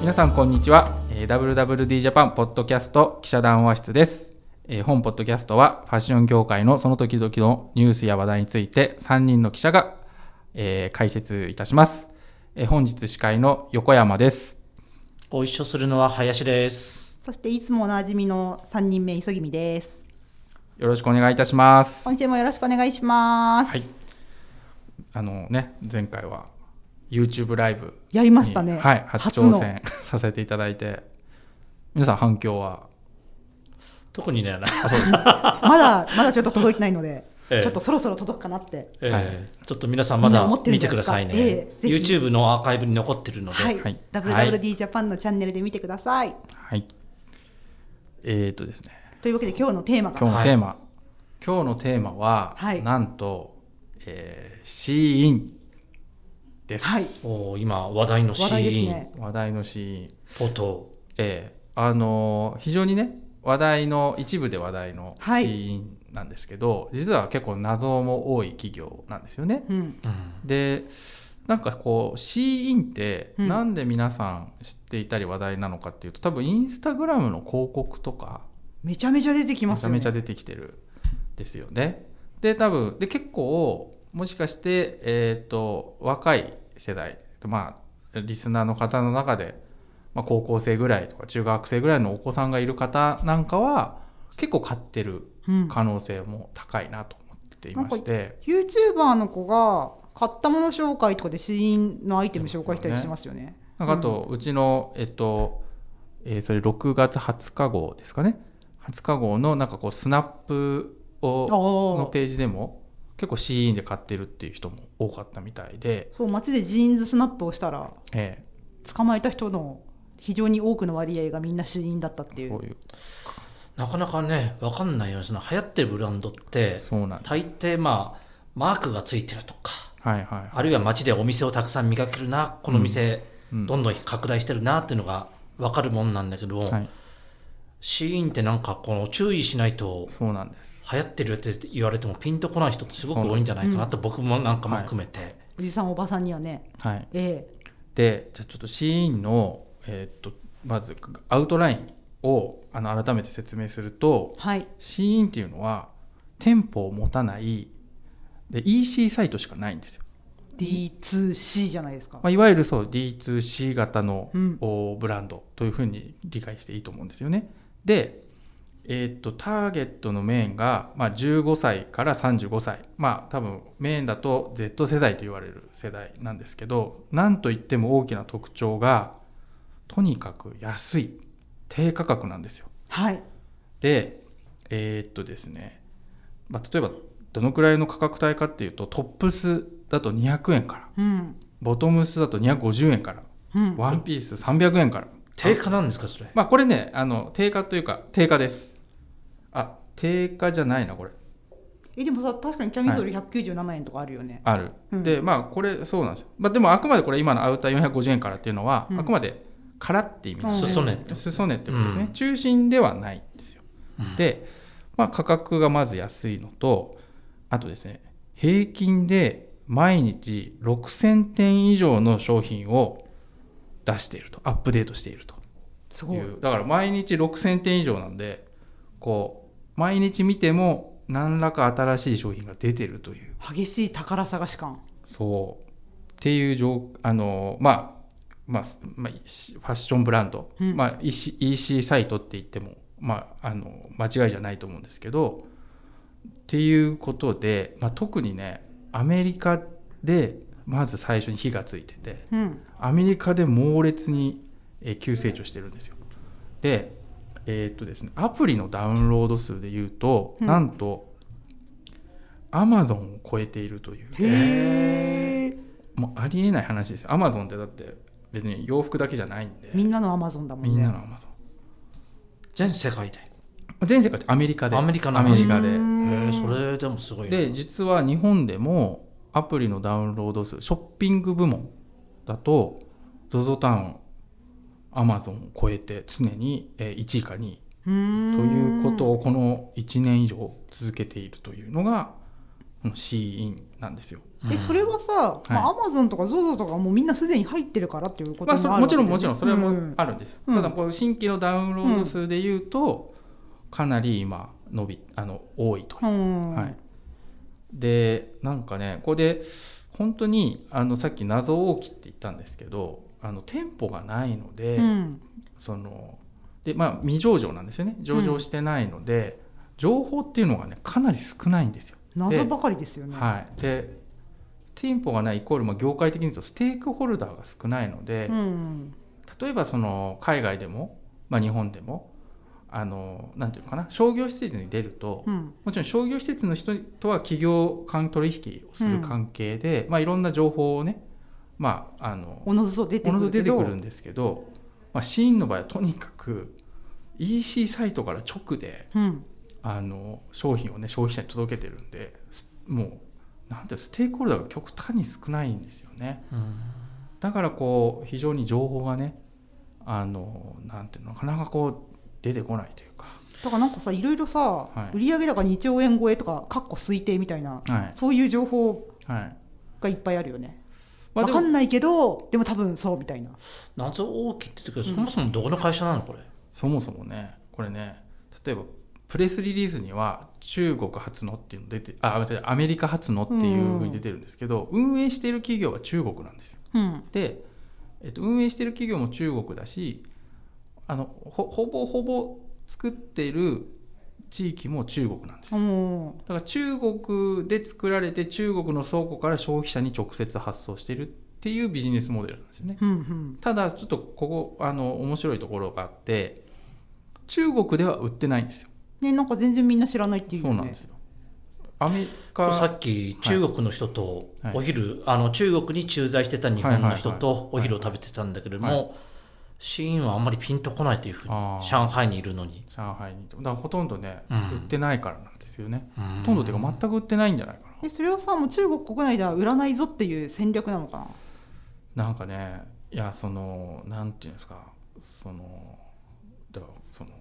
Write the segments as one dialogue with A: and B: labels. A: 皆さんこんにちはえー WWD ジャパンポッドキャスト記者談話室ですえー本ポッドキャストはファッション業界のその時々のニュースや話題について3人の記者が、えー解説いたしますえー本日司会の横山です
B: ご一緒するのは林です。
C: そしていつもおなじみの3人目、急ぎみです。
A: よろしくお願いいたします
C: 今週もよろしくお願いします。
A: はいあのね前回は YouTube ライブ
C: やりましたね。
A: はい、初
C: 初の
A: 挑戦させていただいて、皆さん反響は、
B: 特にね、な
C: まだ、まだちょっと届いてないの で、
B: ええ
C: ちょっとそろそろ届くかなって。
B: え
A: はい
B: ーちょっと皆さんま
C: みんな
B: だ
C: 思ってる
B: 見
C: んじ
B: て
C: ゃな
B: く
C: い
B: だ
C: ですか
B: さいね。
C: ええぜひ
B: YouTube のアーカイブに残ってるので、
C: はい、
A: はい
C: WWD ジャパンのチャンネルで見てください。
A: はい。えー、とですね、
C: というわけで今日のテーマ
A: 今
C: が、
A: 日のテーマ、今日のテーマは、
C: はい
A: なんと、えー、シーインです。
C: はい、
B: おー今話題のシ
C: 話題です
B: ーン
C: ね。
A: 話題のシーイン。
B: ポト
A: えーあのー非常にね、話題の、一部で話題のシ
C: はい
A: ーインなんですけど、実は結構謎も多い企業なんですよね。
C: うん。
A: でなんかこう C インって
C: うん
A: なんで皆さん知っていたり話題なのかっていうと、多分インスタグラムの広告とか
C: めちゃめちゃ出てき
A: め
C: ま
A: ち
C: す
A: ゃ
C: よ、ね。
A: めちゃ出てきてるですよね。で多分で結構もしかして、えー、と若い世代まあリスナーの方の中で、まあ、高校生ぐらいとか中学生ぐらいのお子さんがいる方なんかは結構買ってる
C: うん、
A: 可能性も高いなと思っていまして。
C: YouTuber の子が買ったもの紹介とかでシーンのアイテム紹介したりしますよね。
A: なんかあと、うちの、えっと、えーそれ6月20日号ですかね。20日号のなんかこう、スナップを、の
C: ああ。
A: ページでも、結構 C インで買ってるっていう人も多かったみたいで、
C: そう、街でジーンズスナップをしたら、
A: え
C: 捕まえた人の非常に多くの割合がみんな死因だったってい
A: ー
C: う
A: こういう、
B: なかなかね、わかんないよね。その流行ってるブランドって、
A: そうなんです。
B: 大抵まあ、マークがついてるとか、
A: はいはいは
B: あるいは街でお店をたくさん見かけるな、この店、
A: い。うん
B: どんどん拡大してるなっていうのがわかるもんなんだけど、
A: はい、
B: シーンってなんかこの注意しないと
A: そうなんです。
B: 流行ってるって言われてもピンとこない人ってすごく多いんじゃないかなと僕もなんかも含めて、
C: おじさんおばさんにはね
A: はい。
C: え
A: で、じゃあちょっと C インの、えーっと、まず、アウトラインを、あの、改めて説明すると
C: え、はい
A: シーインっていうのは店舗を持たないで EC サイトしかないんですよ、
C: D2C じゃないですか、
A: まあ、いわゆるそう D2C 型の、
C: うん
A: おブランドというふうに理解していいと思うんですよねで、えーっとターゲットのメインが、まあ、15歳から35歳まあ多分メインだと Z 世代と言われる世代なんですけどなんといっても大きな特徴がとにかく安い低価格なんですよ
C: はい
A: でえーっとですね、まあ、例えばどのくらいの価格帯かっていうとトップスだと200円から
C: うん
A: ボトムスだと250円から
C: うん
A: ワンピース300円から
B: 定価なんですかそれ
A: まあこれねあの定価というか定価ですあ定価じゃないなこれ
C: えでもさ確かにキャミソール197円とかあるよね、
A: ある、
C: うん
A: でまあこれそうなんですよ、まあ、でもあくまでこれ今のアウター450円からっていうのは、
C: うん
A: あくまで空って意味なんですよ
B: 裾ねって
A: 裾ねってことですね、
B: うん
A: 中心ではないんですよ、で、まあ、価格がまず安いのとあとですね平均で毎日6000点以上の商品を出しているとアップデートしていると
C: す
A: い
C: ごいう
A: だから毎日6000点以上なんでこう毎日見ても何らか新しい商品が出てるという
C: 激しい宝探し感
A: そうっていう状あのまあまあ、すまあ、しファッションブランド、
C: うん
A: まあ、EC, EC サイトって言っても、まあ、あの間違いじゃないと思うんですけどっていうことで、まあ、特にねアメリカでまず最初に火がついてて
C: うん
A: アメリカで猛烈にえー急成長してるんですよ。で,、えーっとですね、アプリのダウンロード数でいうと、
C: うん
A: なんとアマゾンを超えているという。
C: へえ
A: もうありえない話ですよアマゾンってだって別に洋服だけじゃないんで
C: みんなのアマゾンだもんね
A: みんなのアマゾ
B: 全世界で
A: ン全世界でアメリカで
B: アメリカの
A: アメリカで
C: う
B: へ
C: ん
B: えそれでもすごいな
A: で実は日本でもアプリのダウンロード数ショッピング部門だと ZOZO タウンアマゾンを超えて常にえー1位か2位
C: うー
A: と
C: ん
A: いうことをこの1年以上続けているというのがうん、シーインなんですよ。
B: うん
C: えそれはさ、まあ、アマゾンとか ZOZO とかはもうみんなすでに入ってるからっていうこと
A: まあ、そ
C: も
A: れ
C: ある
A: も
C: わ
A: ちろんもち
C: けでね
A: ろんそれ
C: う
A: も
C: ん
A: あるんです、
C: うん
A: ただこう新規のダウンロード数でいうと、かなり今伸びあの多いという、
C: うん
A: はい、でなんかねここで本当にあのさっき謎多きって言ったんですけどあの店舗がないので、
C: うん
A: そのでまあ未上場なんですよね上場してないので、情報っていうのがねかなり少ないんですよ。
C: 謎ばかりですよね。
A: はい、で店舗がないイコール、まあ、業界的に言うとステークホルダーが少ないので、
C: うん
A: 例えばその海外でも、まあ、日本でもあのなんていうのかな商業施設に出ると、
C: うん
A: もちろん商業施設の人とは企業間取引をする関係で、まあ、いろんな情報をね、まあ、あの
C: おのずと出て
A: お
C: く
A: のず
C: る
A: と出
C: け
A: て
C: ど
A: くるんですけど、まあ、シーンの場合はとにかく EC サイトから直で
C: うん
A: あの商品をね消費者に届けてるんですもうなんていうのステークホルダーが極端に少ないんですよねだからこう非常に情報がねあのなんていうのなかなかこう出てこないというか、
C: だからなんかさいろいろさ、
A: はい
C: 売上高2兆円超えとかかっこ推定みたいな、
A: はい
C: そういう情報
A: はい
C: がいっぱいあるよね。
A: まあ、
C: わ
A: で
C: かん
A: も
C: ないけどでも多分そうみたいな。
B: 謎大きいって言ってたけど、そもそもどこの会社なのこれ、
A: そもそもねこれね例えばプレスリリースには中国初のっていうの出てあ間違えたアメリカ初のっていうふうに出てるんですけど、運営している企業は中国なんですよ。
C: うん
A: で、えっと、運営している企業も中国だしあのほほぼほぼ作っている地域も中国なんですよ
C: うん
A: だから中国で作られて中国の倉庫から消費者に直接発送しているっていうビジネスモデルなんですよね。
C: うん
A: ただちょっとここあの面白いところがあって中国では売ってないんですよ。
C: ね、なんか全然みんな知らないっていう
A: そ
C: よ
A: う
C: ね
A: なんですよ。アメリ
B: こ
A: カ
B: れさっき中国の人と
A: はい
B: お昼、あの中国に駐在してた日本の人
A: は
B: とお昼を食べてたんだけども、
A: は
B: シーンはあんまりピンとこないというふうに
A: あー
B: 上海にいるのに、
A: 上海にいてだからほとんどね、
B: うん
A: 売ってないからなんですよね。
B: うん
A: ほとんどっていうか全く売ってないんじゃないか
C: えそれはさもう中国国内では売らないぞっていう戦略なのかな
A: な。なんかねいやそのなんていうんですかそのだからその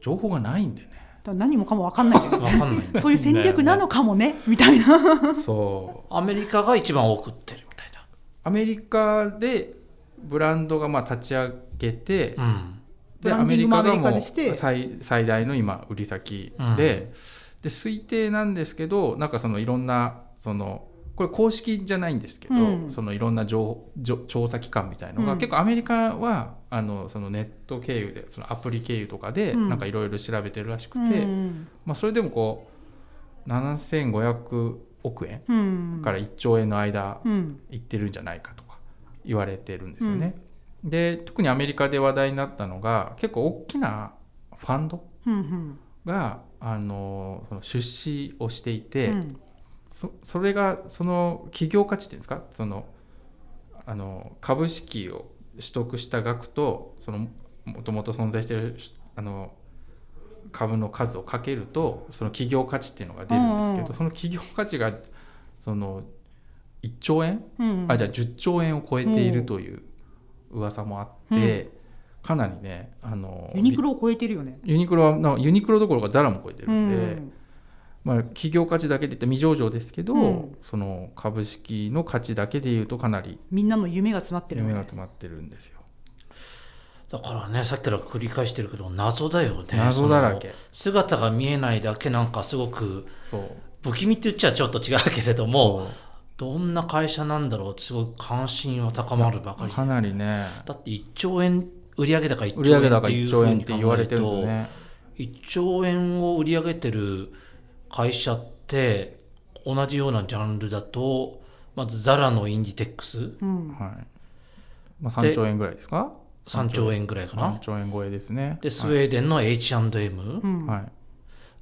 A: 情報がないんでね。
C: だから何もかも分かんないけど
B: わかんない
C: そういう戦略なのかもねみたいな。
A: そう
B: アメリカが一番多く売ってるみたい
A: アメリカでブランドがまあ立ち上げて、
B: な、うん、
C: ブ
A: で
C: ラ
A: ア
C: ンデ
A: メ
C: ィ
A: リ
C: ングも
A: カが
C: アメリカ
A: も
C: で
A: う
C: して
A: 最最大の今売り先で,、
B: うん
A: で推定なんですけどなんかそのいろんなそのこれ公式じゃないんですけど、
C: うん
A: そのいろんな情情調査機関みたいのが、
C: うん
A: 結構アメリカはあのそのネット経由でそのアプリ経由とかで
C: うん
A: なんかいろいろ調べてるらしく
C: う
A: て、
C: ん
A: まあ、それでもこう7500億円
C: うん
A: から1兆円の間
C: うん
A: 行ってるんじゃないかとか言われてるんですよね。で特にアメリカで話題になったのが結構大きなファンド
C: うんうん
A: があのその出資をしていて、
C: うん
A: そそれがその企業価値っていうんですかそのあの株式を取得した額とそのもともと存在してるしあの株の数をかけるとその企業価値っていうのが出るんですけ
C: うんう
A: ど
C: ん
A: その企業価値がその1兆円
C: うん
A: あじゃあ10兆円を超えているという噂もあって、かなりねあの
C: ユニクロを超えてるよね。
A: ユニクロはなユニクロどころかザラも超えてる
C: うん
A: で、
C: ん
A: まあ、企業価値だけで言って未上場ですけど、
C: うん
A: その株式の価値だけで言うとかなり
C: みんなの夢が詰まってるよ
A: 夢
C: ね
A: が詰まってるんですよ。
B: だからねさっきから繰り返してるけど謎だよね
A: 謎だらけ
B: その姿が見えないだけなんかすごく
A: そう
B: 不気味って言っちゃちょっと違うけれどもどんな会社なんだろうってすごく関心は高まるばかり
A: かなりね
B: だって1兆円売上高1
A: 売
B: 兆
A: 上
B: 円っ
A: 高
B: て
A: 1
B: いう
A: 兆
B: ふう
A: 円っ
B: に
A: て言わ
B: 考え
A: れ
B: る
A: てるんです
B: と
A: よね。
B: 1兆円を売り上げてる会社って同じようなジャンルだとまずザラのインディテックス
C: うん
A: はいまあ、3兆円ぐらいですか
B: 3兆円ぐらい
A: 3
B: かな
A: 兆円超えですね。
B: でスウェーデンの H&M、
C: うん
A: はいはい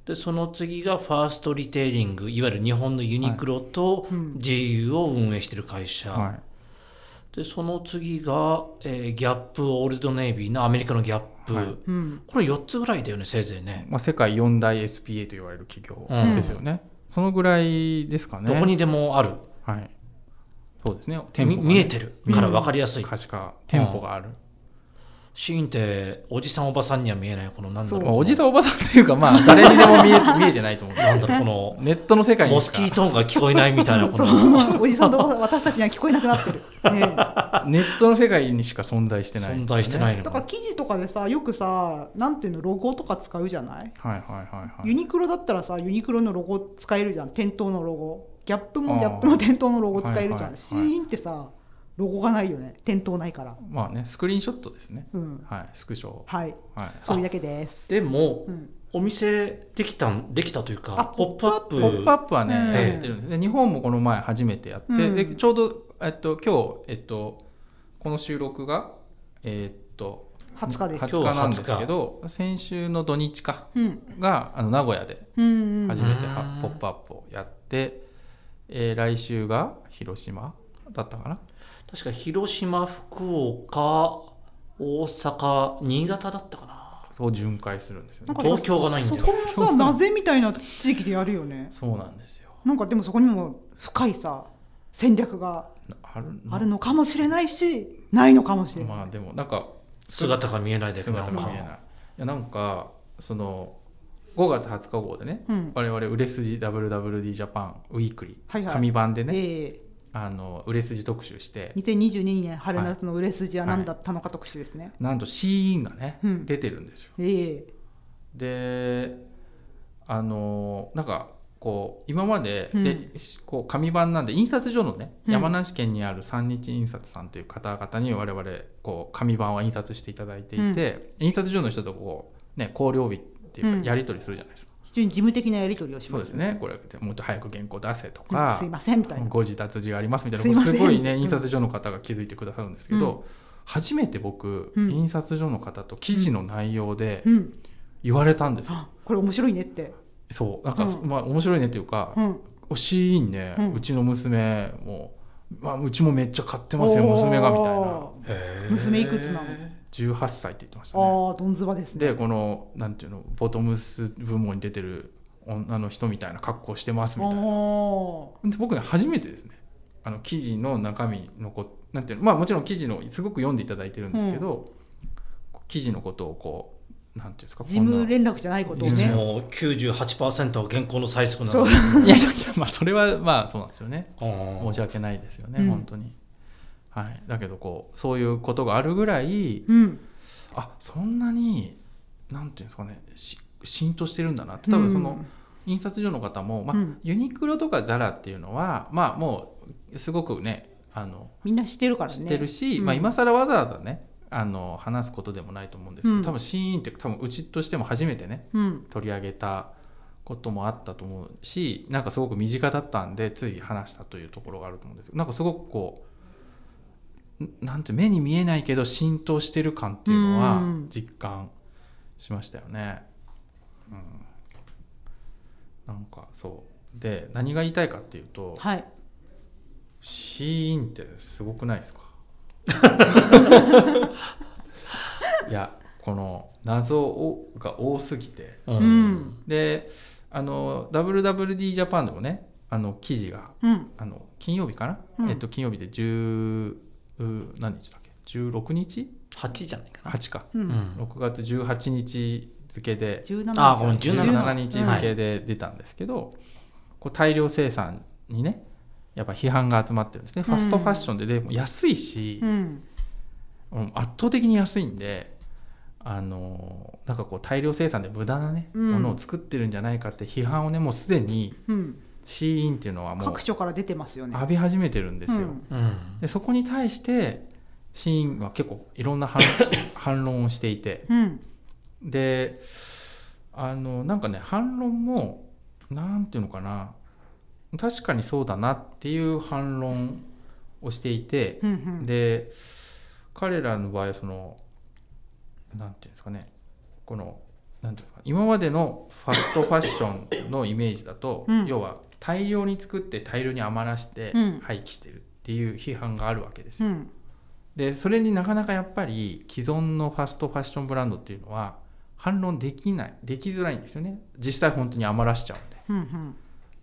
B: でその次がファーストリテイリングいわゆる日本のユニクロと
C: うん
B: GU を運営してる会社、
A: はい
B: でその次が、えーギャップオールドネイビーのアメリカのギャップ、
A: はい
C: うん
B: これ4つぐらいだよねせいぜいね
A: まあ、世界4大 SPA と言われる企業ですよね、そのぐらいですかね
B: どこにでもある、
A: はい、そうですね
B: み
A: 店舗がね
B: 見えてるから分かりやすい、
A: 可視化店舗がある、
B: シーンっておじさんおばさんには見えないこのなんだろう
A: まあおじさ
B: ん
A: んおばさんっていうか まあ誰にでも見え見えてないと思う
B: なんだろうこの
A: ネットの世界
B: モ
A: に
B: ス
A: し
B: キ
A: か
B: ート音が聞こえないみたいな こ
C: そ
B: の
C: う おじさんとおばさん私たちには聞こえなくなってる、ね、
A: ネットの世界にしか存在してない
B: 存在してないの
C: だから記事とかでさよくさなんていうのロゴとか使うじゃない、
A: はいはいはいはい
C: ユニクロだったらさユニクロのロゴ使えるじゃん店頭のロゴギャップ
A: あ
C: も
A: ー
C: ギャップの店頭のロゴ使えるじゃん、
A: はいはいはい
C: シーンってさロゴがないよね店頭ないから
A: まあねスクリーンショットですね
C: うん
A: はいスクショ
C: はい
A: はい
C: そういうだけです
B: でも
C: うん
B: お店できたんできたという
C: あ
B: かポップアッ
A: ポ
B: プ
A: ップアップはね、
C: うん
A: やってるんですで日本もこの前初めてやって、
C: うん
A: でちょうど、えっと、今日、えっと、この収録が、えっと
C: 20日です
A: 20日なんですけど先週の土日か
C: うん
A: があの名古屋で
C: うんうん
A: 初めて
B: うん
A: はポップアップをやって、えー来週が広島だったかな
B: 確か広島福岡大阪新潟だったかな
A: そう巡回するんですよ
C: なん
A: ね
C: か
B: 東京がないん
C: そ
B: だよ
C: こもさなぜみたいな地域でやるよね
A: そうなんですよ
C: なんかでもそこにも深いさ戦略が
A: ある
C: あるのかもしれないしないのかもしれない、
A: まあでもなんか
B: 姿が見えないで
A: 姿が見えないいやなんかその5月20日号でね
C: うん
A: 我々売れ筋 WWD ジャパンウィークリ
C: はい
A: ー
C: はい
A: 紙版でね
C: え
A: あの売れ筋特集して
C: ー、2022年春夏の売れ筋は何だったのか特集ですね、
A: なんとシーンがね
C: うん
A: 出てるんですよ
C: ええ
A: であのなんかこう今まで
C: うん
A: でしこう紙版なんで印刷所のね
C: うん
A: 山梨県にある三日印刷さんという方々に我々こう紙版は印刷していただいていて印刷所の人とこうね交流日っていう
C: うん
A: かやり取りするじゃないですか。
C: 非常に事務的なやり取りをし
A: そう
C: ま
A: ですす
C: よね。
A: ねこれもっと早く原稿出せと
C: うん
A: か
C: すいませんみたいな。
A: 誤字脱字がありますみたいな
C: すいません
A: すごいね
C: うん
A: 印刷所の方が気づいてくださるんですけど、初めて僕、
C: うん
A: 印刷所の方と記事の内容で
C: うん、
A: 言われたんですよ、
C: あこれ面白いねって。
A: そうなんか、
C: うん
A: まあ面白いねっていうか
C: う、ん、
A: おしいね、
C: う
A: うんちの娘も、まあ、うちもめっちゃ買ってますよ娘がみたいな
C: おー
B: え
C: 娘いくつなの
A: 18歳って言ってましたね
C: ああ、どんずばですね。
A: でこのなんていうのボトムス部門に出てる女の人みたいな格好してますみたいな
C: お
A: で僕ね初めてですねあの記事の中身のこなんていうのまあもちろん記事のすごく読んでいただいてるんですけど、記事のことをこうなんていうんですか
C: ー事務
A: こんな
C: 連絡じゃないことを
B: いつ
C: ね。
B: も98%は現行の最速な
C: そ
B: の
C: う
B: に
A: いやいやいやまあそれはまあそうなんですよね
B: うん
A: 申し訳ないですよね、
C: うん
A: 本当に。はい、だけどこうそういうことがあるぐらい
C: うん、
A: あそんなになんていうんですかねし浸透してるんだなって多分その、印刷所の方も、まあ
C: うん
A: ユニクロとかザラっていうのはまあもうすごくねあの
C: みんな知ってるからね。
A: 知ってるし、
C: うん
A: まあ、今更わざわざねあの話すことでもないと思うんですけど、
C: うん
A: 多分シーンって多分うちとしても初めてね
C: うん、
A: 取り上げたこともあったと思うしなんかすごく身近だったんでつい話したというところがあると思うんですけどなんかすごくこうんなんて目に見えないけど浸透してる感っていうのは
C: うん
A: 実感しましたよね。うん、なんかそうで何が言いたいかっていうと、
C: はい。
A: シーンってすごくないですか いやこの謎をが多すぎて
B: うん
C: うん
A: であの WWD ジャパンでもねあの記事が
C: うん、
A: あの金曜日かな、
C: うん
A: えっと、金曜日で10う何日だっけ16日
B: 8じゃないかな、
A: 8か、
C: う
B: うん
C: ん、
A: 6月18日付で
C: 十七。
B: あーごめん17
A: 17日
C: うん
A: 付で出たんですけど、こう大量生産にねやっぱ批判が集まってるんですね、ファストファッションででも安いし、
C: うん、
A: うん圧倒的に安いんであのーなんかこう大量生産で無駄なね、
C: うん
A: ものを作ってるんじゃないかって批判をねもうすでに
C: うん、
A: シーインっていうのはもう
C: 各所から出てますよね。
A: 浴び始めてるんですよ。
C: うん
B: うん
A: でそこに対してシーインは結構いろんな反 反論をしていて
C: うん、
A: であのなんかね反論もなんていうのかな確かにそうだなっていう反論をしていて、
C: うん、うん、
A: で彼らの場合はそのなんていうんですかねこのなんていうんですか今までのファストファッションのイメージだと、
C: うん
A: 要は大量に作って大量に余らして
C: うん
A: 廃棄してるっていう批判があるわけですよ
C: う。ん、
A: でそれになかなかやっぱり既存のファストファッションブランドっていうのは反論できないできづらいんですよね実際本当に余らしちゃうんで
C: うん、うん、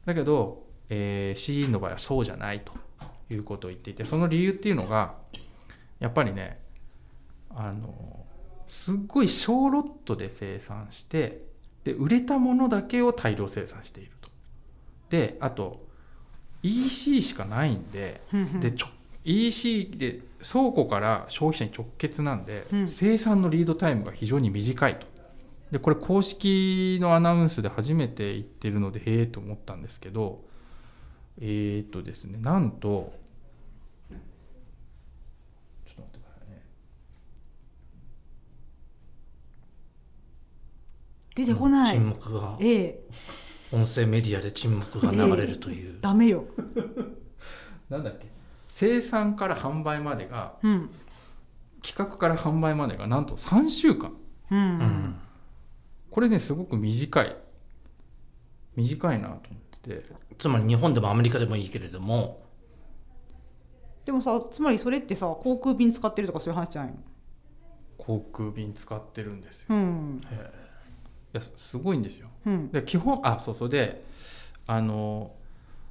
A: だけど、えー、CE の場合はそうじゃないということを言っていてその理由っていうのがやっぱりねあのすっごい小ロットで生産してで売れたものだけを大量生産していると。であと EC しかないんででちょ EC で倉庫から消費者に直結なんで、
C: うん
A: 生産のリードタイムが非常に短いと。でこれ公式のアナウンスで初めて言ってるのでへえと思ったんですけどえー、っとですねなんとちょっと待ってくださいね
C: 出てこない、
B: 沈黙が
C: ええ
B: 音声メディアで沈黙が流れるという、
C: ダメよ、
A: なんだっけ生産から販売までが
C: うん
A: 企画から販売までがなんと3週間
C: うん
B: うん、
A: これねすごく短い短いなと思ってて
B: つまり日本でもアメリカでもいいけれども
C: でもさつまりそれってさ航空便使ってるとかそういう話じゃないの
A: 航空便使ってるんですよ
C: うん
A: いやすすごいんですよ
C: うん
A: で基本あそうそうであの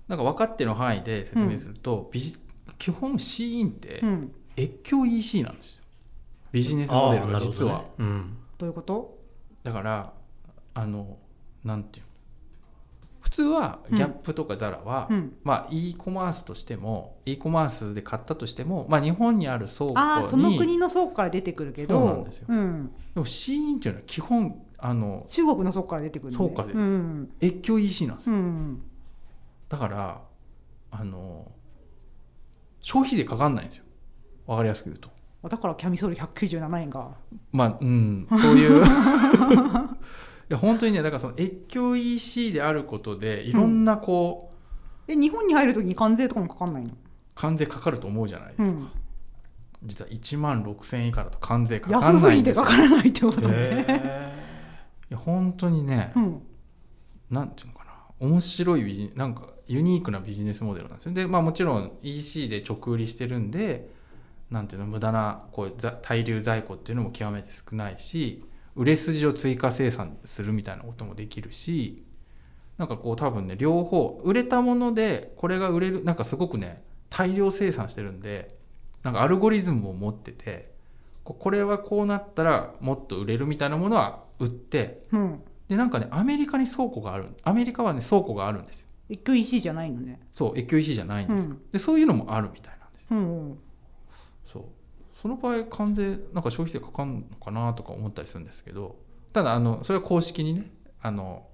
A: なんか分かってる範囲で説明すると、ビジ基本シーンって
C: うん
A: 越境 EC なんですよビジネスモデル
B: あ
A: が
B: ー
A: 実は、、
B: なるほどねうん、
C: どういうこと
A: だからあのなんていうの普通はギャップとかザラは、
C: うん
A: まあ e コマースとしても e コマースで買ったとしても、まあ、日本にある倉庫に
C: ああその国の倉庫から出てくるけど
A: そうなんですよ
C: うん
A: でも c インっていうのは基本あの
C: 中国の倉庫から出てくるのね
A: 倉庫から出て
C: う
A: く
C: ん
A: 越境 EC なんですよ
C: うん
A: だからあの消費税かかんないんですよわかりやすく言うと
C: だからキャミソール197円が
A: まあうんそういう いや本当にねだからその越境 EC であることでいろんなこう、
C: で日本に入るときに関税とかもかかんないの、
A: 関税かかると思うじゃないですか、
C: うん、
A: 実は1万6000円以下だと関税かかん
C: 安
A: な
C: す
A: いん
C: ぎ
A: で
C: て
A: すよ
C: かからないってことね、
B: へ
A: いや本当にね、
C: うん
A: なんていうのかな面白いビジなんかユニークなビジネスモデルなんですよでまあもちろん EC で直売りしてるんでなんていうの無駄なこうざ滞留在庫っていうのも極めて少ないし売れ筋を追加生産するみたいなこともできるしなんかこう多分ね両方売れたものでこれが売れるなんかすごくね大量生産してるんでなんかアルゴリズムを持っててここれはこうなったらもっと売れるみたいなものは売って
C: うん
A: でなんかねアメリカに倉庫があるアメリカはね倉庫があるんですよ
C: 一挙一じゃないのね
A: そう越境 EC じゃないんですよ、
C: うん
A: でそういうのもあるみたいなんです
C: うんうん
A: そうその場合関税なんか消費税かかんのかなとか思ったりするんですけどただあのそれは公式にねあの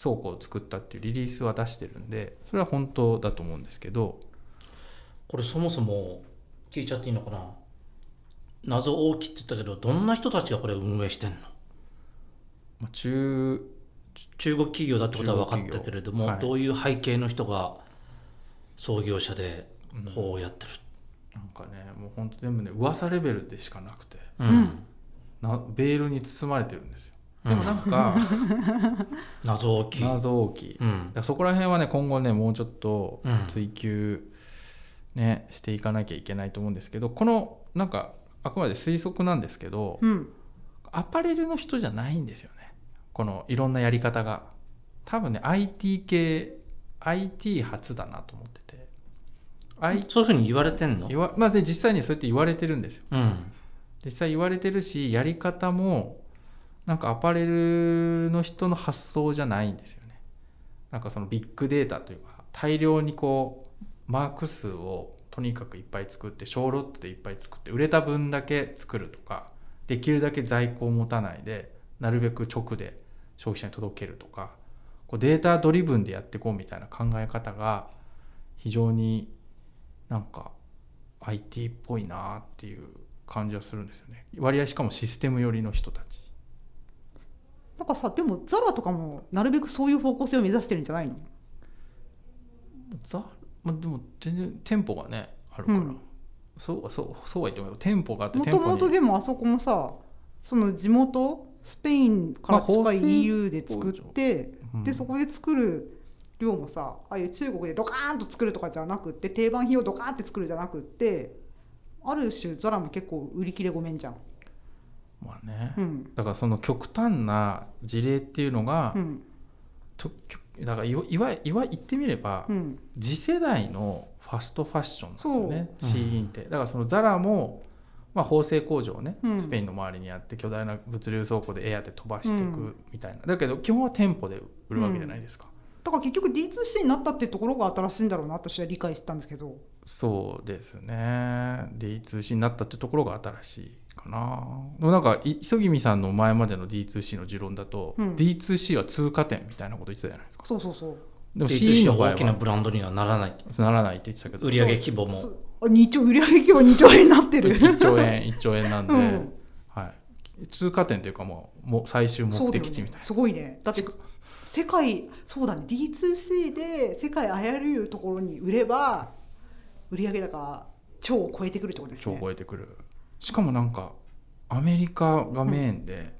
A: 倉庫を作ったっていうリリースは出してるんでそれは本当だと思うんですけど
B: ーこれそもそも聞いちゃっていいのかな謎大きって言ったけどどんな人たちがこれ運営してんの
A: まあ中
B: 中国企業だってことは分かったけれど
A: 中
B: も、
A: 国
B: ど
A: 企
B: ういう背景の人が創業者でこうやってる、
A: なんかねもう本当全部ね噂レベルでしかなくて
B: うん
C: ん
A: なベールに包まれてるんですよでもなん か
B: 謎大きい、
A: 謎大きい
B: うん
A: だからそこら辺はね今後ねもうちょっと
B: うん
A: 追求、ねしていかなきゃいけないと思うんですけどこのなんかあくまで推測なんですけど、
C: うん
A: アパレルの人じゃないんですよねこのいろんなやり方が多分ね IT 系 IT 発だなと思ってて I
B: そういうふうに言われてんの
A: 言わまあ、で実際にそうやって言われてるんですよ
B: うん
A: 実際言われてるしやり方もなんかアパレルの人の発想じゃないんですよねなんかそのビッグデータというか大量にこうマーク数をとにかくいっぱい作って小ロットでいっぱい作って売れた分だけ作るとかできるだけ在庫を持たないでなるべく直で消費者に届けるとかこうデータドリブンでやっていこうみたいな考え方が非常になんか IT っぽいなっていう感じはするんですよね割合しかもシステム寄りの人たち
C: なんかさでもザラとかもなるべくそういう方向性を目指してるんじゃないの
A: ざ、まあ、でも全然店舗がねあるから、
C: うん
A: そうそうそうは言っても店舗があって
C: も
A: 店
C: と
A: 舗
C: もとでもあそこもさその地元スペインから
A: まあ
C: 近
A: 縫製
C: い EU で作って、
A: うん
C: でそこで作る量もさああいう中国でドカーンと作るとかじゃなくって定番品をドカーンって作るじゃなくってある種ザラも結構売り切れごめんじゃん。
A: まあね、
C: うん
A: だからその極端な事例っていうのが、
C: うん
A: ときょだからいわいわいわ言ってみれば、
C: うん
A: 次世代のファストファッションなんですよね
B: そう
A: c インってだからそのザラもまあ、縫製工場をね
C: うん
A: スペインの周りにやって巨大な物流倉庫でエアで飛ばしていくみたいな、だけど基本は店舗で売るわけじゃないですか、
C: だから結局 D2C になったっていうところが新しいんだろうな私は理解してたんですけど
A: そうですね D2C になったってところが新しいかなでもなんかい磯君さんの前までの D2C の持論だと、
C: うん
A: D2C は通過点みたいなこと言ってたじゃないですか
C: そうそうそう
A: でも
B: D2C
A: C
B: は
A: の場合
B: 大きな
A: は
B: ブランドにはならない
A: そうならないって言ってたけど
B: 売上規模も
C: そうあ2兆売上規模2兆円になってる
A: 1兆 円1兆円なんで、
C: うん
A: はい、通過点というかもうもう最終
C: そう
A: 目
C: だ
A: 的
C: よね
A: 地みたいな
C: すごいねだって世界そうだね D2C で世界あやるところに売れば売上高超を超えてくるってことです
A: 超
C: ね
A: 超えてくるしかもなんかアメリカがメインで、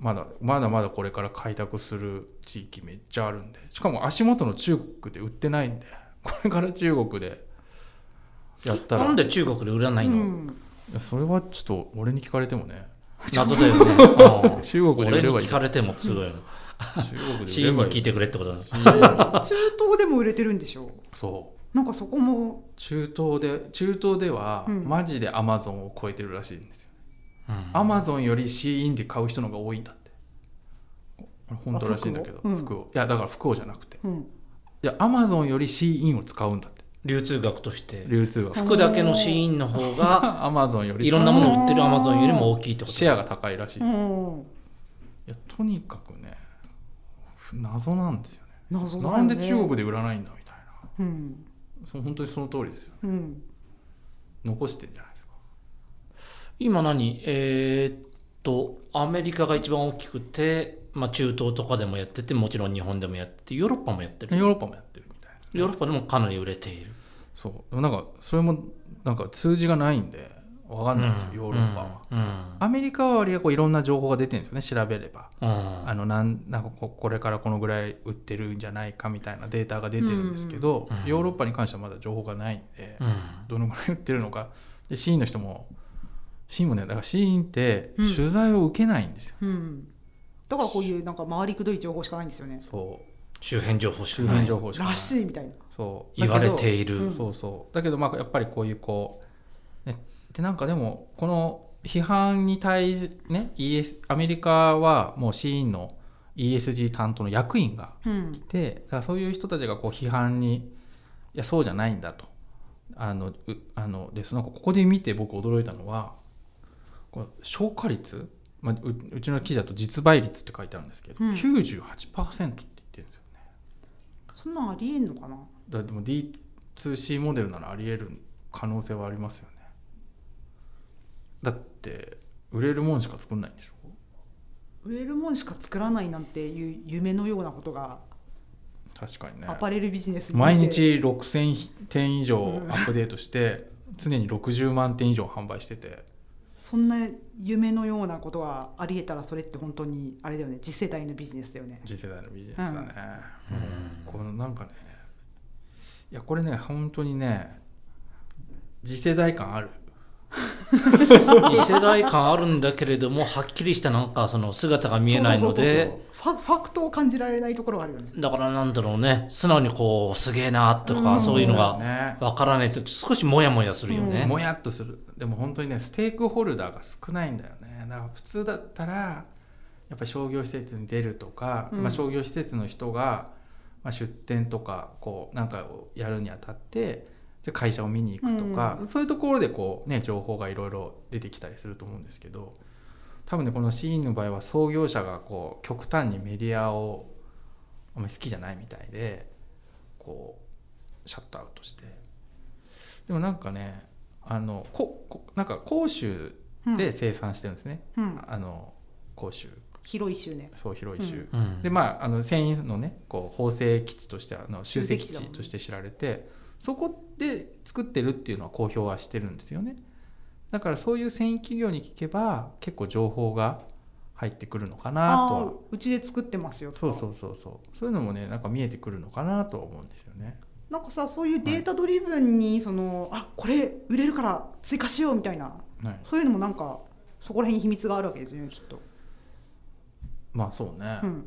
A: まだまだまだこれから開拓する地域めっちゃあるんでしかも足元の中国で売ってないんでこれから中国でやったら
B: なんで中国で売らないの、
C: うん、
A: いやそれはちょっと俺に聞かれてもね
B: 謎だよねう ん
A: 中国で売
B: 俺に
A: ればいい
B: 聞かれてもすごいよ
A: 中国
B: シ
A: で売れ
B: ーン
A: ば
B: に
A: い
B: 聞い
A: い
B: てくれってことだね
C: 中東でも売れてるんでしょ
A: そう
C: なんかそこも
A: 中東で中東では、
C: うん
A: マジでアマゾンを超えてるらしいんですよ
B: うん
A: アマゾンより C インで買う人の方が多いんだってこれ本当らしいんだけど
C: あ
A: 服
C: 服
A: を,、
C: を
A: いやだから服をじゃなくて
C: うん
A: いやアマゾンより C インを使うんだって
B: 流通額として
A: 流通 は
C: あ
B: 服だけのシーンの方が
A: アマゾンより
B: いろんなものを売ってるアマゾンよりも大きいってこと
A: シェアが高いらしい,、
C: う
A: い
C: ん
A: やとにかくね謎なんですよね
C: 謎だよね
A: なんで中国で売らないんだみたいな
C: うん
A: そう本当にその通りですよ
C: うん
A: 残してんじゃないですか
B: 今何えーっとアメリカが一番大きくて、まあ、中東とかでもやっててもちろん日本でもやっててヨーロッパもやって
A: ヨ
B: る
A: ーロッパもやってるみたいな
B: ヨーロッパでもかなり売れている
A: そうでもなんかそれもなんか通じがないんでわかんないんですよ、
B: うん
A: ヨーロッパは、
B: うん
A: アメリカは割とこういろんな情報が出てるんですよね調べれば
B: うん
A: あのなんなんかここれからこのぐらい売ってるんじゃないかみたいなデータが出てるんですけど、
B: うん
A: ヨーロッパに関してはまだ情報がないんで、
B: うん
A: どのぐらい売ってるのかでシーンの人もシーンもねだからシーンって
C: うん
A: 取材を受けないんですよ、
C: うんだからこういうなんか回りくどい情報しかないんですよね
A: そう
B: 周辺情報しか
A: 周
B: な
A: 辺
B: い
A: 情報しかない
C: らしいみたいな
A: そう
B: 言われて
A: い
B: いる、
C: うん
A: そうそうだけどまあやっぱりこういうこう、ね、でなんかでもこの批判に対ね ES アメリカはもうシーンの ESG 担当の役員が
C: うん
A: でだからそういう人たちがこう批判にいやそうじゃないんだとあのうあのですなんかここで見て僕驚いたのはこう消化率、まあ、ううちの記事だと実売率って書いてあるんですけど、
C: うん
A: 98%って言ってるんですよね
C: そんなんありえんのかな
A: だでも D2C モデルならあり得る可能性はありますよねだって売れるもんしか作んないんでしょ
C: 売れるもんしか作らないなんていう夢のようなことが
A: 確かにね
C: アパレルビジネスにおい
A: 毎
C: て
A: 日6000点以上
C: うん
A: アップデートして、常に60万点以上販売してて
C: そんな夢のようなことがありえたらそれって本当にあれだよね次世代のビジネスだよね
A: 次世代のビジネスだね、
B: うん
A: もうこのなんかねいやこれね本当にね次世代感ある
B: 異世代感あるんだけれどもはっきりしたなんかその姿が見えないの
C: そう
B: で
C: そうそうそうファファクトを感じられないところがあるよね
B: だからなんだろうね素直にこうすげえなとか、
C: うん
B: そういうのが
A: ね
B: わからないと少しモヤモヤするよね、
A: もやっとするでも本当にねステークホルダーが少ないんだよねだから普通だったらやっぱり商業施設に出るとか、
C: うん
A: まあ、商業施設の人が、まあ、出店とかこうなんかをやるにあたってじゃあ会社を見に行くとか、
C: う
A: そういうところでこうね情報がいろいろ出てきたりすると思うんですけど多分ねこのシーンの場合は創業者がこう極端にメディアをあんまり好きじゃないみたいでこうシャットアウトしてでもなんかねあのここなんか広州で生産してるんですね、
C: うんうん
A: あの広州
C: 広い州ね
A: そう広い州、
B: うん
A: でまああの繊維のねこう縫製基地としてあの集積基
C: 集積地だ
A: 地
C: もんね
A: として知られてそこで作ってるっていうのは公表はしてるんですよねだからそういう繊維企業に聞けば結構情報が入ってくるのかなと
C: あ
A: は
C: ーうちで作ってますよとか
A: そうそうそうそうそういうのもねなんか見えてくるのかなとは思うんですよね
C: なんかさそういうデータドリブンにその、あこれ売れるから追加しようみたいな
A: はい
C: そういうのもなんかそこら辺に秘密があるわけですよねきっと
A: まあそうね
C: うん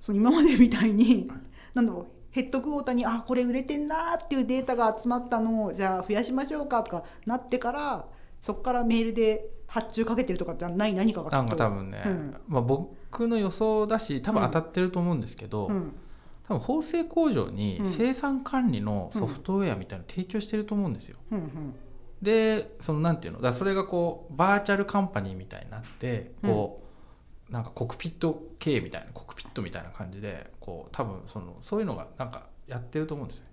C: その今までみたいになんだろうヘッドクォーターにあこれ売れてんなーっていうデータが集まったのをじゃあ増やしましょうかとかなってからそこからメールで発注かけてるとかじゃない何かが
A: なんか
C: きっ
A: 多
C: と
A: 分ね、
C: うん
A: まあ、僕の予想だし多分
C: うん
A: 当たってると思うんですけど、
C: うん
A: 多分縫製工場に
C: うん
A: 生産管理のソフトウェアみたいなの提供してると思うんですよ。
C: うんうん
A: でそのなんていうのだからそれがこうバーチャルカンパニーみたいになってこう、なんかコクピット系みたいなコクピットみたいな感じでこう多分そのそういうのがなんかやってると思うんですよね。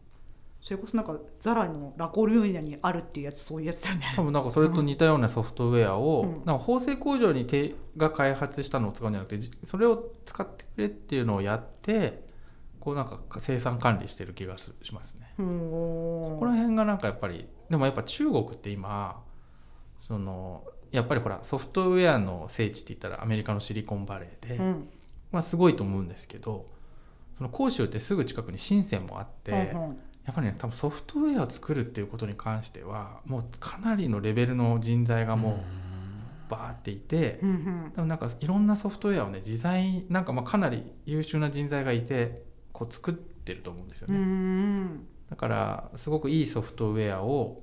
C: それこそなんかザラのラコルーニャにあるっていうやつそういうやつだよね
A: 多分なんかそれと似たようなソフトウェアを、
C: うん
A: なんか縫製工場に手が開発したのを使うんじゃなくてじそれを使ってくれっていうのをやってこうなんか生産管理してる気がすしますね。
C: うん
A: この辺がなんかやっぱりでもやっぱ中国って今そのやっぱりほらソフトウェアの聖地って言ったらアメリカのシリコンバレーで、
C: うん
A: まあ、すごいと思うんですけどその広州ってすぐ近くに深センもあって、
C: うんうん
A: やっぱりね多分ソフトウェアを作るっていうことに関してはもうかなりのレベルの人材がもうバーっていて、
C: うんうん
A: でもなんかいろんなソフトウェアをね自在なんかまあかなり優秀な人材がいてこう作ってると思うんですよ
C: う
A: ね、
C: ん
A: だからすごくいいソフトウェアを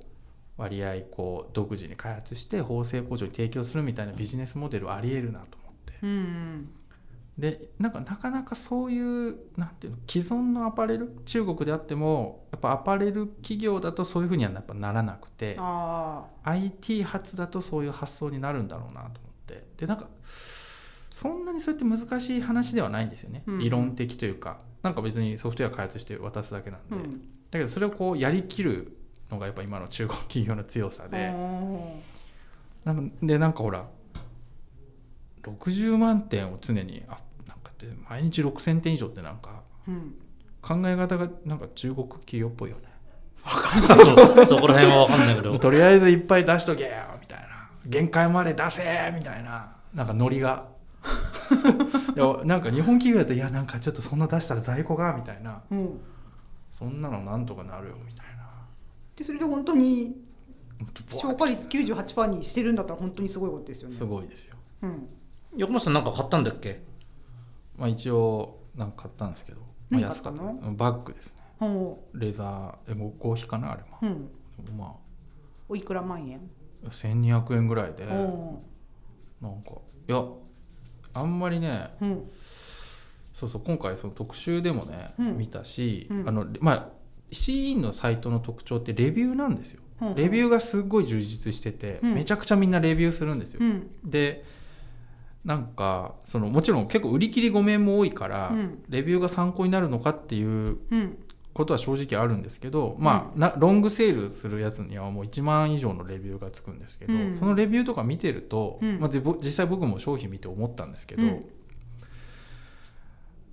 A: 割合こう独自に開発して縫製工場に提供するみたいなビジネスモデルありえるなと思って
C: うんうん
A: でなんかなかなかそういうなんていうの既存のアパレル中国であってもやっぱアパレル企業だとそういうふうにはやっぱならなくて
C: あ
A: IT 発だとそういう発想になるんだろうなと思ってでなんかそんなにそうやって難しい話ではないんですよね、
C: うん
A: 理論的というかなんか別にソフトウェア開発して渡すだけなん
C: あ
A: で、だけどそれをこうやりきるのがやっぱ今の中国企業の強さで、
C: うん
A: なのでなんかほら60万点を常にあなんかって毎日6,000点以上ってなんか
C: うん
A: 考え方がなんか中国企業っぽいよね
B: そこら辺は分かんないけど
A: もうとりあえずいっぱい出しとけよみたいな限界まで出せみたいななんかノリがいやなんか日本企業だといやなんかちょっとそんな出したら在庫がみたいな
C: うん
A: そんなのなんとかなるよみたいな
C: でそれで本当に
A: もっとボワ
C: 消
A: ッと
C: 化率98%にしてるんだったら本当にすごいことですよね
A: すごいですよ、
C: うん、
B: 横本さんなんか買ったんだっけ
A: まあ、一応なんか買ったんですけど、まあ、
C: 何買
A: 安
C: っ
A: か
C: た
A: っ
C: の
A: たバッグですね
C: ほ
A: レザーえもう合皮かなあれも
C: ううん
A: ま
C: おいくら万円、
A: あ1200円ぐらいでなんか
C: お
A: いやあんまりね
C: ううん
A: そうそう今回その特集でもね、
C: うん
A: 見たし、
C: うん
A: あのまあ C ンのサイトの特徴ってレビューなんですよ、
C: うん
A: レビューがすっごい充実してて、
C: うん
A: めちゃくちゃみんなレビューするんですよ
C: う、ん
A: でなんかそのもちろん結構売り切りごめんも多いから、
C: うん
A: レビューが参考になるのかっていう
C: うん
A: ことは正直あるんですけど、まあなロングセールするやつにはもう1万以上のレビューがつくんですけど、
C: うん
A: そのレビューとか見てると、
C: うん
A: まあ、でぼ実際僕も商品見て思ったんですけど、
C: うん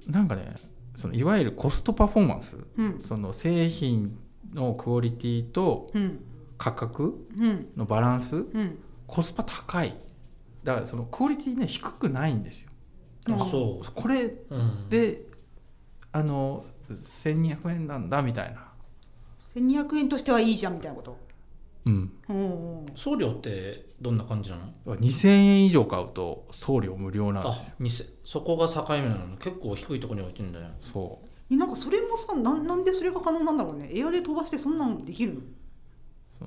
A: なんかねそのいわゆるコストパフォーマンス
C: うん
A: その製品のクオリティと
C: うん
A: 価格
C: うん
A: のバランス
C: うん
A: コスパ高いだからそのクオリティね低くないんですよ。
C: うん
B: あそ
A: これ
B: う、うん、
A: であの1200円なんだみたいな、
C: 1200円としてはいいじゃんみたいなこと
A: うん、
C: うん
B: 送料ってどんな感じなの
A: 2000円以上買うと送料無料なんで
B: あ
A: すよ
B: 店そこが境目なの結構低いところに置いてんだよ
A: そう
C: なんかそれもさなんなんでそれが可能なんだろうねエアで飛ばしてそんなんできるの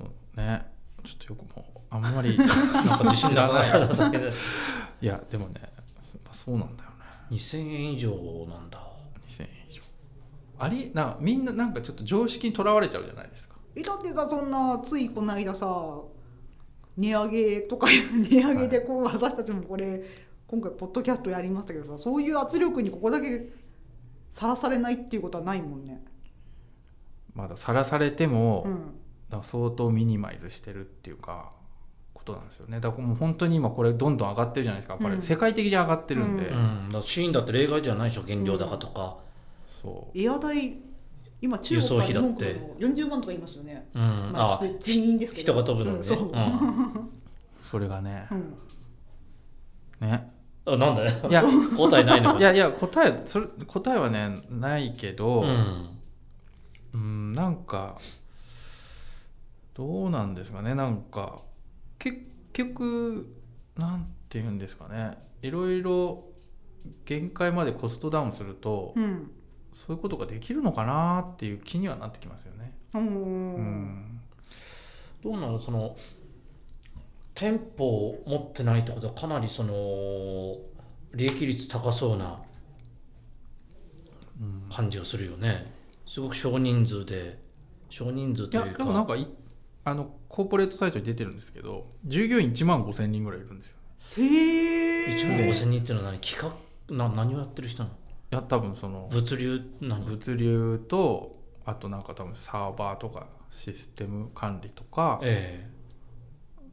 A: そうねちょっとよくもうあんまり
B: なんか自信なくな っただけで
A: いやでもねそまあそうなんだよね
B: 2000円以上なんだ
A: 2000円以上ありなみんななんかちょっと常識にとらわれちゃうじゃないですか
C: えだってさそんなついこの間さ値上げとか値上げでこう私たちもこれ今回ポッドキャストやりましたけどさそういう圧力にここだけさらされないっていうことはないもんね。
A: まださらされても、
C: うん
A: だから相当ミニマイズしてるっていうかことなんですよねだからもう本当に今これどんどん上がってるじゃないですかやっぱり、
C: うん
A: 世界的に上がってるんで、
C: う
B: うんだからシーンだって例外じゃないでしょ原料高とか
A: そう
C: エア代今中国から日本からも40万とか言いますよね。
B: うん、
C: ま
B: あ
C: あ、人員ですけ
B: 人
C: ど
B: が飛ぶのね、う
C: う
B: んん、
C: そう、
A: それがね、
C: うん
A: ね
B: あなんだよ
A: いや
B: 答えないのか
A: いやいや答えそれ答えはねないけど、
B: うん、
A: うんなんかどうなんですかねなんか結局なんて言うんですかねいろいろ限界までコストダウンすると、
C: うん
A: そういうことができるのかなっていう気にはなってきますよね。
C: う
A: うんん
B: どうなのその店舗を持ってないってことはかなりその利益率高そうな感じがするよね、すごく少人数で少人数
A: い
B: と
A: や
B: いう
A: で
B: か
A: もなんかいあのコーポレートサイトに出てるんですけど従業員1万5千人ぐらいいるんですよ
C: へえ
B: 1万5000人っていうのは何企画な何をやってる人なの
A: いや多分その
B: 物流何
A: 物流とあとなんか多分サーバーとかシステム管理とか
B: え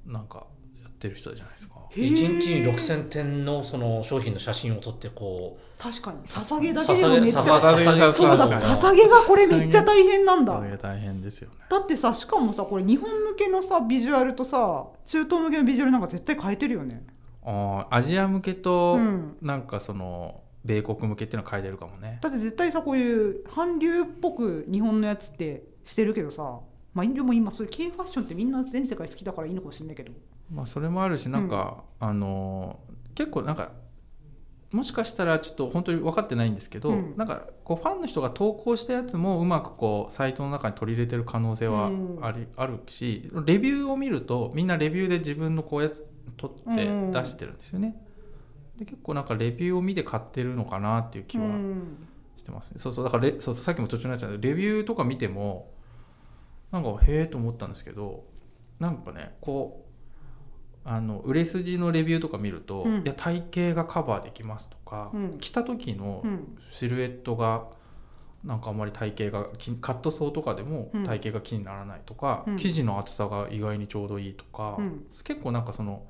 A: なんかやってる人じゃないですか
B: え1日に6000点のその商品の写真を撮ってこ
C: 確かに捧げだけでも
B: 捧
C: め
B: げ
C: っちゃ
B: 捧げ捧げ
C: そうだ
B: 捧げ
C: 捧げがこれめっちゃ大変なんだ
A: これ大変ですよね
C: だってさしかもさこれ日本向けのさビジュアルとさ中東向けのビジュアルなんか絶対変えてるよね
A: あーアジア向けと
C: うん
A: なんかその米国向けっていうのは変えてるかもね、
C: だって絶対さこういう韓流っぽく日本のやつってしてるけどさまあでも今そういう K ファッションってみんな全世界好きだからいいのかもしれないけど
A: まあ、それもあるしなんか、あのー結構なんかもしかしたらちょっと本当に分かってないんですけど、
C: うん
A: なんかこうファンの人が投稿したやつもうまくこうサイトの中に取り入れてる可能性は
C: うん
A: あり、あるしレビューを見るとみんなレビューで自分のこうやつ取って
C: うん
A: 出してるんですよね。で結構なんかレビューを見て買ってるのかなっていう気は
C: うん
A: してますねそうそうだからレそうそうさっきも途中のやつなんでレビューとか見てもなんかへえと思ったんですけどなんかねこうあの売れ筋のレビューとか見ると、
C: うん
A: いや体型がカバーできますとか、
C: うん
A: 着た時の
C: うん
A: シルエットがなんかあんまり体型が気にカットソーとかでも
C: うん
A: 体型が気にならないとか、
C: うん
A: 生地の厚さが意外にちょうどいいとか、
C: うん
A: 結構なんかその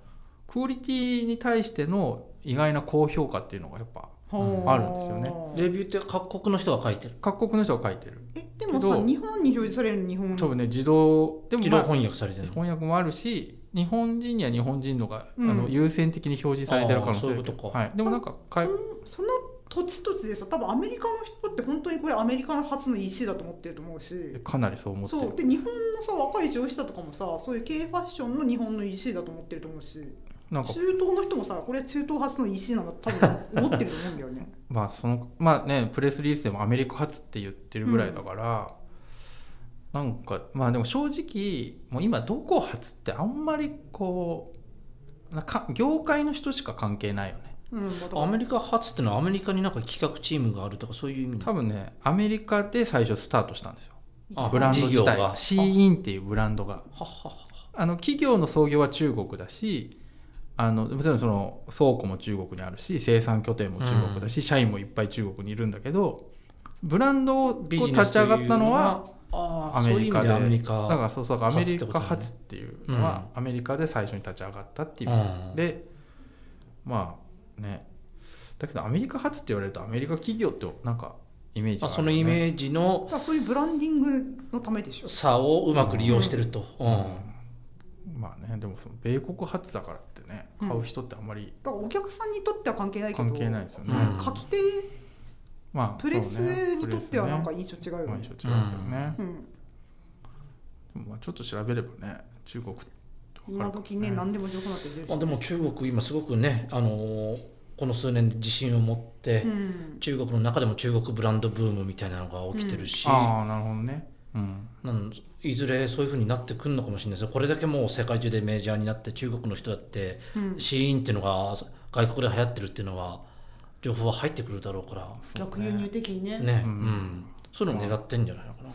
A: クオリティに対しての意外な高評価っていうのがやっぱ
C: は
A: あるんですよね
B: うレビューって各国の人が書いてる
A: 各国の人が書いてる
C: えでも
A: け
C: さ
A: ど
C: 日本に表示されるの日本
A: 多分ね自動でも、
B: 自
A: ま
B: 動
A: あ
B: 翻訳されてるの
A: 翻訳もあるし日本人には日本人のが、
C: うん
A: あの優先的に表示されてる可能
B: あーそうい
A: 性
B: うこ
A: だ
B: と
A: け
B: か
A: どはい、でもなんかかい
C: その土地土地でさ多分アメリカの人って本当にこれアメリカの初の EC だと思ってると思うし
A: かなりそう思って
C: そう
A: る
C: で日本のさ若い上司だとかもさそういう K ファッションの日本の EC だと思ってると思うし中
A: なんか
C: 東の人もさこれ中東初の EC なんだと多分思ってると思うんだよ ね
A: まあそのまあねプレスリリースでもアメリカ発って言ってるぐらいだから、なんかまあでも正直もう今どこ発ってあんまりこうなんか業界の人しか関係ないよね
C: うんまた
B: アメリカ発ってのはアメリカになんか企画チームがあるとかそういう意味なの
A: 多分ねアメリカで最初スタートしたんですよ
B: あ
A: ブランド自
B: 事業
A: 体
B: が
A: C インっていうブランドが
B: はっはっは
A: あの企業の創業は中国だしあのもちろんその倉庫も中国にあるし生産拠点も中国だし、社員もいっぱい中国にいるんだけどブランドをこう
B: ビジネ
A: 立
B: ス
A: ち
B: とい
A: 上
B: う
A: がったのは
B: あ
A: ア
B: あ
A: メ
B: そういう
A: リ
B: 意
A: カ
B: 味
A: で
B: でアメリ
A: だか
B: カ
A: らそうそうアメリカ発っていうのは
B: 初ってことだね
A: アメリカで最初に立ち上がったっていう、
B: うん
A: でまあねだけどアメリカ発って言われるとアメリカ企業ってなんかイメージが
B: あ
A: ある
B: そ
A: よ
B: の
A: ね
B: イメージの
C: だからそういうブランディングのためでしょ
B: 差をうまく利用してると、うん
A: まあねでもその米国発だからってね買う人ってあんまり
C: だからお客さんにとっては関係ないけど
A: 関係ないですよね、
B: うん
C: 書き手
A: まあ
C: プレス
A: そうね
C: にとってはなんか
A: プレ
C: 印象違う
A: スね
C: よ
A: まあ
C: ね
A: 一緒違うけどね、
C: うん
A: でもまあちょっと調べればね中国ってわか
C: 今
A: るかも
C: 時ね何でも情報なんて出るし
B: まあ、でも中国今すごくね、あのーこの数年で自信を持って、
C: うん
B: 中国の中でも中国ブランドブームみたいなのが起きてるし、
A: ああなるほどねうん
B: なんいずれそういうふうになってくるのかもしれないですねこれだけもう世界中でメジャーになって中国の人だって
C: うん
B: シーインっていうのが外国で流行ってるっていうのは情報は入ってくるだろうから
C: 逆輸入的にね
B: ね、
A: う
B: うんんそういうのを狙ってんじゃないのかな、
A: い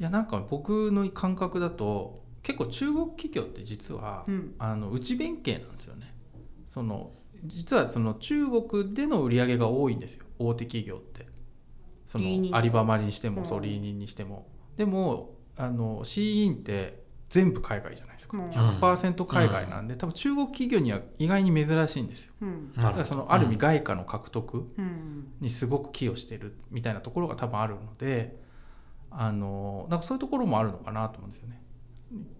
A: やなんか僕の感覚だと結構中国企業って実は、
C: うん
A: あの内弁慶なんですよねその実はその中国での売り上げが多いんですよ大手企業ってその
C: リーニン
A: アリババにしても、
C: うん
A: そうリーニンにしてもでもあの C インって全部海外じゃないですか、
C: うん
A: 100%海外なんで、多分中国企業には意外に珍しいんですよ
C: うん
A: だ
B: な
A: か
B: る
A: ら
B: ほ
A: そ
B: ど
A: のある意味外貨の獲得
C: うん
A: にすごく寄与してるみたいなところが多分あるのであのなんかそういうところもあるのかなと思うんですよね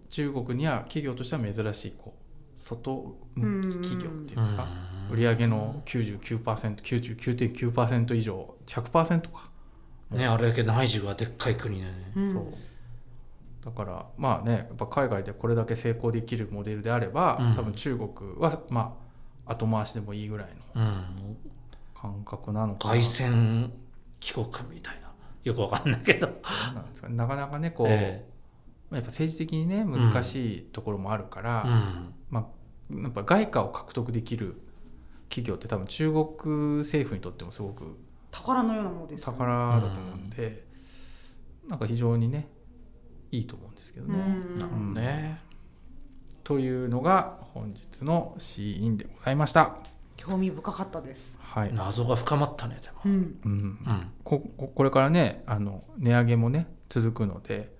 A: 中国には企業としては珍しいこう外向き企業っていうんですか、
B: うん
A: 売上の 99%99.9% 以上100%か、
B: ねあれだけ内需がでっかい国でね、
C: うん
A: そうだからまあねやっぱ海外でこれだけ成功できるモデルであれば、
B: うん
A: 多分中国はまあ後回しでもいいぐらいの
B: うん、
A: 感覚なのかな
B: 凱旋帰国みたいなよくわかんないけど、
A: どうなんですかねなかなかねこう、
B: え
A: やっぱ政治的にね難しいところもあるから、
B: えうん
A: まあ、やっぱ外貨を獲得できる企業って多分中国政府にとってもすごく
C: 宝のようなものですよね、
A: 宝だと思うんで、なんか非常にねいいと思うんですけどね。
C: うん
B: なるほどね。
A: というのが本日のシーンでございました。
C: 興味深かったです、
A: はい
B: 謎が深まったね、でも。
C: うん、
A: うん
B: うん。
A: こここれからねあの値上げもね続くので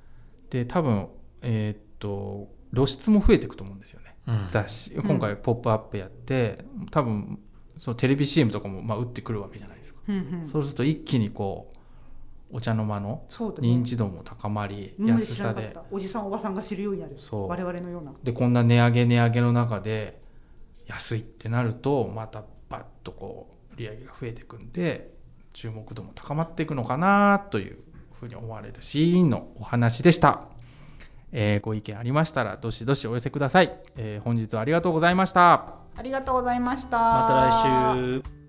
A: で多分えーっと露出も増えていくと思うんですよね
B: うん。
A: 雑誌
C: ん
A: 今回「ポップアップやって、多分そのテレビ CM とかも、まあ、打ってくるわけじゃないですか、
C: うんうん
A: そうすると一気にこうお茶の間の
C: そうだね
A: 認知度も高まり、
C: 今まで
A: 安
C: 知
A: さ
C: らなかっ
A: で
C: たおじさんおばさんが知るようになる
A: そう
C: 我々のような
A: でこんな値上げ値上げの中で安いってなるとまたバッとこう売り上げが増えていくんで注目度も高まっていくのかなというふうに思われるシーンのお話でした、えーご意見ありましたらどしどしお寄せください、えー本日はありがとうございました
C: ありがとうございました
B: また来週。